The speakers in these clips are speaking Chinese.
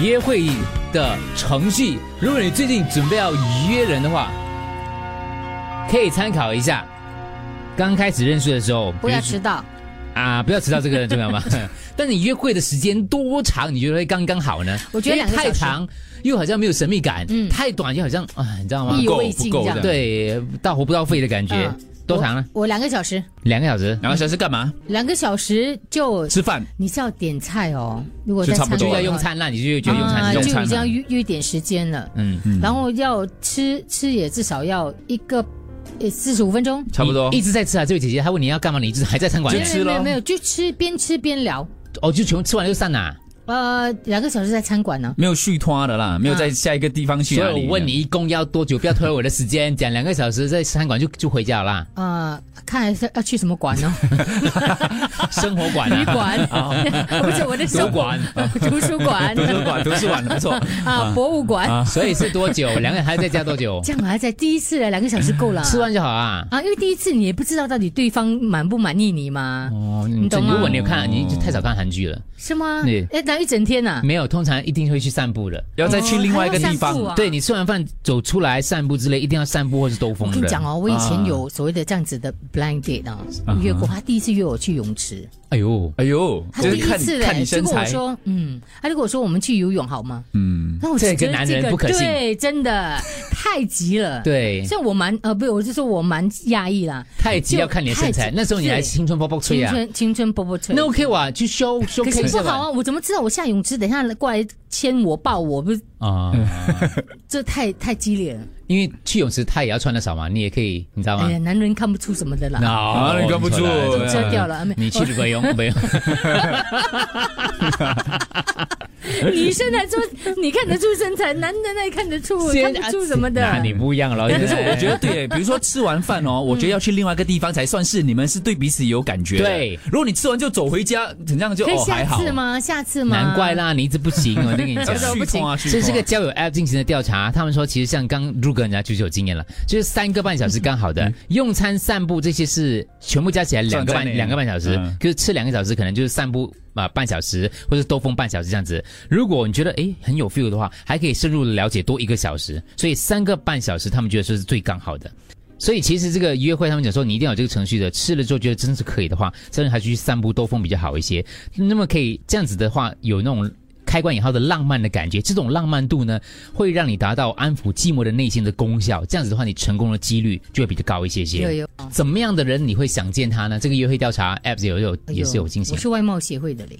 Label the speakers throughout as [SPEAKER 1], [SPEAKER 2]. [SPEAKER 1] 约会的程序，如果你最近准备要约人的话，可以参考一下。刚开始认识的时候，
[SPEAKER 2] 不要
[SPEAKER 1] 比如
[SPEAKER 2] 迟到。
[SPEAKER 1] 啊，不要迟到，这个很重要 吗？但你约会的时间多长，你觉得会刚刚好呢？
[SPEAKER 2] 我觉得
[SPEAKER 1] 因为
[SPEAKER 2] 两个小
[SPEAKER 1] 太
[SPEAKER 2] 时
[SPEAKER 1] 长又好像没有神秘感，
[SPEAKER 2] 嗯哎
[SPEAKER 1] 太短又好像啊，你知道吗
[SPEAKER 2] 意？
[SPEAKER 3] 不
[SPEAKER 2] 犹
[SPEAKER 3] 够
[SPEAKER 2] 未尽
[SPEAKER 3] 不够
[SPEAKER 2] 这样。
[SPEAKER 3] 这样
[SPEAKER 1] 对，到活不到肺的感觉。
[SPEAKER 2] 嗯
[SPEAKER 1] 多长呢？
[SPEAKER 2] 我？我两个小时，
[SPEAKER 1] 两个小时。
[SPEAKER 3] 两个小时干嘛？
[SPEAKER 2] 两个小时就
[SPEAKER 3] 吃饭。
[SPEAKER 2] 你是要点菜哦。如果
[SPEAKER 3] 就
[SPEAKER 2] 在
[SPEAKER 3] 差不
[SPEAKER 2] 餐
[SPEAKER 3] 多
[SPEAKER 1] 就要
[SPEAKER 2] 馆的
[SPEAKER 1] 用
[SPEAKER 2] 话
[SPEAKER 1] 餐，那你就觉得用餐
[SPEAKER 2] 啊
[SPEAKER 1] 是
[SPEAKER 2] 就
[SPEAKER 1] 用
[SPEAKER 2] 已
[SPEAKER 1] 餐
[SPEAKER 2] 经要
[SPEAKER 1] 嘛。
[SPEAKER 2] 预预点时间了。
[SPEAKER 1] 嗯，
[SPEAKER 2] 然后要吃吃也至少要一个呃四十五分钟，
[SPEAKER 3] 差不多
[SPEAKER 1] 你一直在吃啊，这位姐姐，她问你要干嘛，你一直还在餐馆
[SPEAKER 3] 就
[SPEAKER 1] 呢
[SPEAKER 2] 没。有
[SPEAKER 3] 吃
[SPEAKER 2] 没有
[SPEAKER 3] 咯
[SPEAKER 2] 没有，就吃边吃边聊。
[SPEAKER 1] 哦，就全部吃完就散啦、
[SPEAKER 2] 呃，两个小时在餐馆呢，
[SPEAKER 3] 没有续拖的啦，没有在下一个地方
[SPEAKER 1] 嗯
[SPEAKER 3] 去
[SPEAKER 1] 所
[SPEAKER 3] 哪
[SPEAKER 1] 以
[SPEAKER 3] 里。
[SPEAKER 1] 我问你，一共要多久？不要拖我的时间，讲两个小时在餐馆就就回家 啦。
[SPEAKER 2] 呃，看来是要去什么馆呢？
[SPEAKER 1] 生活馆
[SPEAKER 2] 旅
[SPEAKER 1] 啊，
[SPEAKER 2] 馆， 不是我的
[SPEAKER 1] 酒
[SPEAKER 2] 手
[SPEAKER 1] 馆。
[SPEAKER 2] 图书馆
[SPEAKER 3] 哦 图书馆，图书馆不错，
[SPEAKER 2] 啊，博物馆。
[SPEAKER 1] 所以是多久？两个人还要再加多久？
[SPEAKER 2] 这样还在第一次了，两个小时够了。
[SPEAKER 1] 吃完就好啊。
[SPEAKER 2] 啊，因为第一次你也不知道到底对方满不满意你嘛，
[SPEAKER 1] 哦，
[SPEAKER 2] 你懂啊吗
[SPEAKER 1] 如果你有看，你就太少看韩剧了。
[SPEAKER 2] 是吗
[SPEAKER 1] 对？嗯
[SPEAKER 2] 哎，那一整天呐、
[SPEAKER 1] 没有，通常一定会去散步的。
[SPEAKER 3] 要再去另外一个地
[SPEAKER 2] 还要散步
[SPEAKER 3] 方
[SPEAKER 2] 啊。
[SPEAKER 1] 对你吃完饭走出来散步之类，一定要散步或是兜风
[SPEAKER 2] 我
[SPEAKER 1] 的。
[SPEAKER 2] 跟你讲哦，我以前
[SPEAKER 3] 啊
[SPEAKER 2] 有所谓的这样子的 blind date 啊，约过。他第一次约我去泳池，
[SPEAKER 1] 哎呦，
[SPEAKER 3] 哎呦，
[SPEAKER 2] 他
[SPEAKER 3] 就
[SPEAKER 2] 第
[SPEAKER 3] 是
[SPEAKER 2] 一
[SPEAKER 3] 看
[SPEAKER 2] 次
[SPEAKER 3] 看
[SPEAKER 2] 嘞，
[SPEAKER 3] 你
[SPEAKER 2] 就
[SPEAKER 3] 身
[SPEAKER 2] 跟我
[SPEAKER 3] 材，
[SPEAKER 2] 说，嗯，他就跟我说我们去游泳好吗？
[SPEAKER 3] 嗯，
[SPEAKER 2] 那我只
[SPEAKER 1] 这个
[SPEAKER 2] 觉得
[SPEAKER 1] 男人不可信
[SPEAKER 2] 对，真的太急 了。，
[SPEAKER 1] 对，
[SPEAKER 2] 像我蛮呃，不是，我就说我蛮讶异啦。
[SPEAKER 1] 太极要看你的身
[SPEAKER 2] 太
[SPEAKER 1] 材。
[SPEAKER 2] 极
[SPEAKER 1] 那时候你还
[SPEAKER 2] 对
[SPEAKER 1] 青春泡泡吹
[SPEAKER 2] 青
[SPEAKER 1] 啊，
[SPEAKER 2] 春青春波波吹，
[SPEAKER 1] 那 OK 哇，去 show show
[SPEAKER 2] 可
[SPEAKER 1] case
[SPEAKER 2] 是
[SPEAKER 1] 一
[SPEAKER 2] 不
[SPEAKER 1] 下吧
[SPEAKER 2] 好啊！我怎么知道我下泳池，等一下过来牵我抱我，不是
[SPEAKER 1] 啊。
[SPEAKER 2] 这太太激烈了。
[SPEAKER 1] 因为去泳池他也要穿的少嘛，你也可以，你知道吗
[SPEAKER 2] 哎呀，？男人看不出什么的 啦。
[SPEAKER 1] 啊
[SPEAKER 3] 你看不出对啊
[SPEAKER 2] 遮掉了，没
[SPEAKER 1] 哎你去北泳， 北泳
[SPEAKER 2] 女生来说，你看得出身材，男的那看得出，看不出什么的。
[SPEAKER 1] 那啊你不一样了。哎
[SPEAKER 3] 可是我觉得对，比如说吃完饭哦，我觉得要去另外一个地方才算是你们是对彼此有感觉。
[SPEAKER 1] 对，
[SPEAKER 3] 如果你吃完就走回家，怎样就
[SPEAKER 2] 可以
[SPEAKER 3] 哦还
[SPEAKER 2] 下
[SPEAKER 3] 好
[SPEAKER 2] 次。吗？下次吗？
[SPEAKER 1] 难怪。啦，你一直不行，哎 我跟你讲
[SPEAKER 3] 要。续通啊，续
[SPEAKER 1] 所以
[SPEAKER 3] 通
[SPEAKER 1] 这
[SPEAKER 3] 啊
[SPEAKER 1] 个交友 App 进行的调查，他们说其实像刚入哥人家就有经验了，就是三个半小时刚好的，用餐、散步这些是全部加起来两个
[SPEAKER 3] 算
[SPEAKER 1] 半
[SPEAKER 3] 在内
[SPEAKER 1] 两个半小时，
[SPEAKER 3] 嗯
[SPEAKER 1] 就是吃两个小时可能就是散步啊、半小时，或者兜风半小时这样子。如果你觉得诶很有 feel 的话，还可以深入了解多一个小时，所以三个半小时他们觉得说是最刚好的。所以其实这个约会，他们讲说你一定要有这个程序的，吃了之后觉得真是可以的话，真的还是去散步兜风比较好一些。那么可以这样子的话，有那种开关以后的浪漫的感觉，这种浪漫度呢，会让你达到安抚寂寞的内心的功效。这样子的话，你成功的几率就会比较高一些
[SPEAKER 2] 有
[SPEAKER 1] 些。
[SPEAKER 2] 有
[SPEAKER 1] 怎么样的人你会想见他呢？这个约会调查 App 有有也是有进行
[SPEAKER 2] 哎我，是外貌协会的嘞，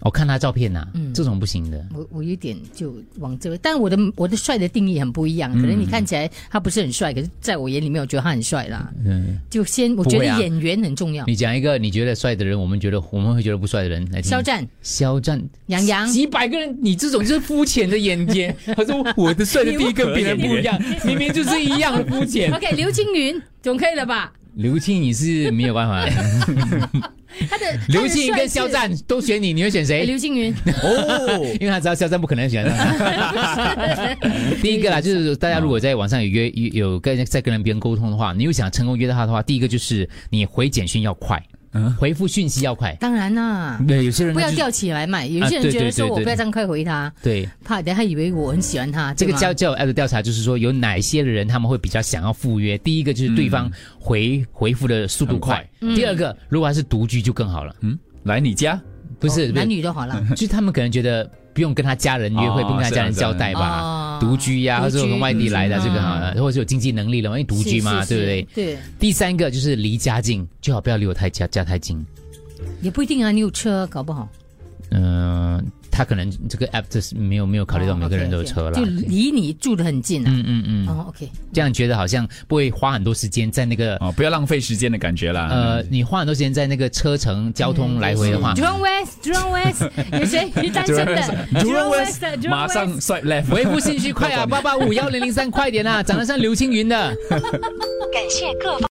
[SPEAKER 1] 我、看他照片呐、
[SPEAKER 2] 嗯
[SPEAKER 1] 这种不行的。
[SPEAKER 2] 我我有点就往这个，但我的我的帅的定义很不一样，可能你看起来他不是很帅，可是在我眼里面，我觉得他很帅啦。
[SPEAKER 1] 嗯，
[SPEAKER 2] 就先我
[SPEAKER 1] 不
[SPEAKER 2] 觉得
[SPEAKER 1] 会啊
[SPEAKER 2] 演员很重要，
[SPEAKER 1] 你讲一个你觉得帅的人，我们觉得我们会觉得不帅的人来听。
[SPEAKER 2] 肖战、
[SPEAKER 1] 肖战，
[SPEAKER 2] 杨洋
[SPEAKER 1] 几百个人，你这种就是肤浅的眼睛。他说我的帅的第一跟别人不一样，明明就是一样的肤浅。
[SPEAKER 2] OK，刘青云总可以了吧？
[SPEAKER 1] 刘青你是没有办法，
[SPEAKER 2] 他的
[SPEAKER 1] 刘青云
[SPEAKER 2] 他
[SPEAKER 1] 跟
[SPEAKER 2] 的帅是
[SPEAKER 1] 肖战都选你，你会选
[SPEAKER 2] 哎
[SPEAKER 1] 谁？
[SPEAKER 2] 刘青云，
[SPEAKER 3] 哦，
[SPEAKER 1] 因为他知道肖战不可能选他。 第一个啦，就是大家如果在网上有约有有跟在跟别人沟通的话，你又想成功约到他的话，第一个就是你回简讯要快，回复讯息要快。
[SPEAKER 2] 当然啦、
[SPEAKER 1] 对，有些人
[SPEAKER 2] 不
[SPEAKER 1] 他
[SPEAKER 2] 要
[SPEAKER 1] 就是
[SPEAKER 2] 吊起来卖。有些
[SPEAKER 1] 嗯啊对
[SPEAKER 2] 人觉得
[SPEAKER 1] 对
[SPEAKER 2] 说
[SPEAKER 1] 对
[SPEAKER 2] 我不要
[SPEAKER 1] 对
[SPEAKER 2] 这样快回他，
[SPEAKER 1] 对。
[SPEAKER 2] 怕等下以为我很喜欢他。
[SPEAKER 1] 这个
[SPEAKER 2] 对吗
[SPEAKER 1] 交交友 app 的调查就是说，有哪些的人他们会比较想要赴约？第一个就是对方回、回复的速度快，
[SPEAKER 2] 嗯
[SPEAKER 1] 第二个如果他是独居就更好了，
[SPEAKER 3] 嗯，来你家
[SPEAKER 1] 不是、
[SPEAKER 2] 哦
[SPEAKER 1] 不是
[SPEAKER 2] 男，女都好了
[SPEAKER 1] 就是他们可能觉得不用跟他家人约会，
[SPEAKER 3] 哦
[SPEAKER 1] 不用跟他家人
[SPEAKER 3] 是啊是啊
[SPEAKER 1] 交代吧。
[SPEAKER 2] 哦
[SPEAKER 1] 独居呀、或者从外地来的
[SPEAKER 2] 嗯
[SPEAKER 1] 这个好了，
[SPEAKER 2] 嗯
[SPEAKER 1] 或者是有经济能力了嘛，因为 独居嘛，
[SPEAKER 2] 是
[SPEAKER 1] 对
[SPEAKER 2] 是
[SPEAKER 1] 不对？
[SPEAKER 2] 是
[SPEAKER 1] 第三个就是离家近，最好不要离我太家家太近。
[SPEAKER 2] 对，也不一定啊，你有车搞不好。
[SPEAKER 1] 嗯、他可能这个 app 这是没有没有考虑到
[SPEAKER 2] 哦
[SPEAKER 1] 每个人都有
[SPEAKER 2] OK，OK，
[SPEAKER 1] 车了。
[SPEAKER 2] 就离你住的很近啊。
[SPEAKER 1] 嗯嗯嗯，
[SPEAKER 2] 哦，OK，
[SPEAKER 1] 这样觉得好像不会花很多时间在那个
[SPEAKER 3] 哦，不要浪费时间的感觉啦。
[SPEAKER 2] 嗯
[SPEAKER 1] 呃，你花很多时间在那个车程、交通来回的话，
[SPEAKER 2] ，John West，John West，有谁是单身的
[SPEAKER 3] Jurong West，
[SPEAKER 2] 的 Jurong
[SPEAKER 3] 马上
[SPEAKER 2] West
[SPEAKER 3] swipe left。
[SPEAKER 1] 回复信息快啊，八八五幺零零三，快点啊，长得像刘青云的。
[SPEAKER 4] 感谢各方。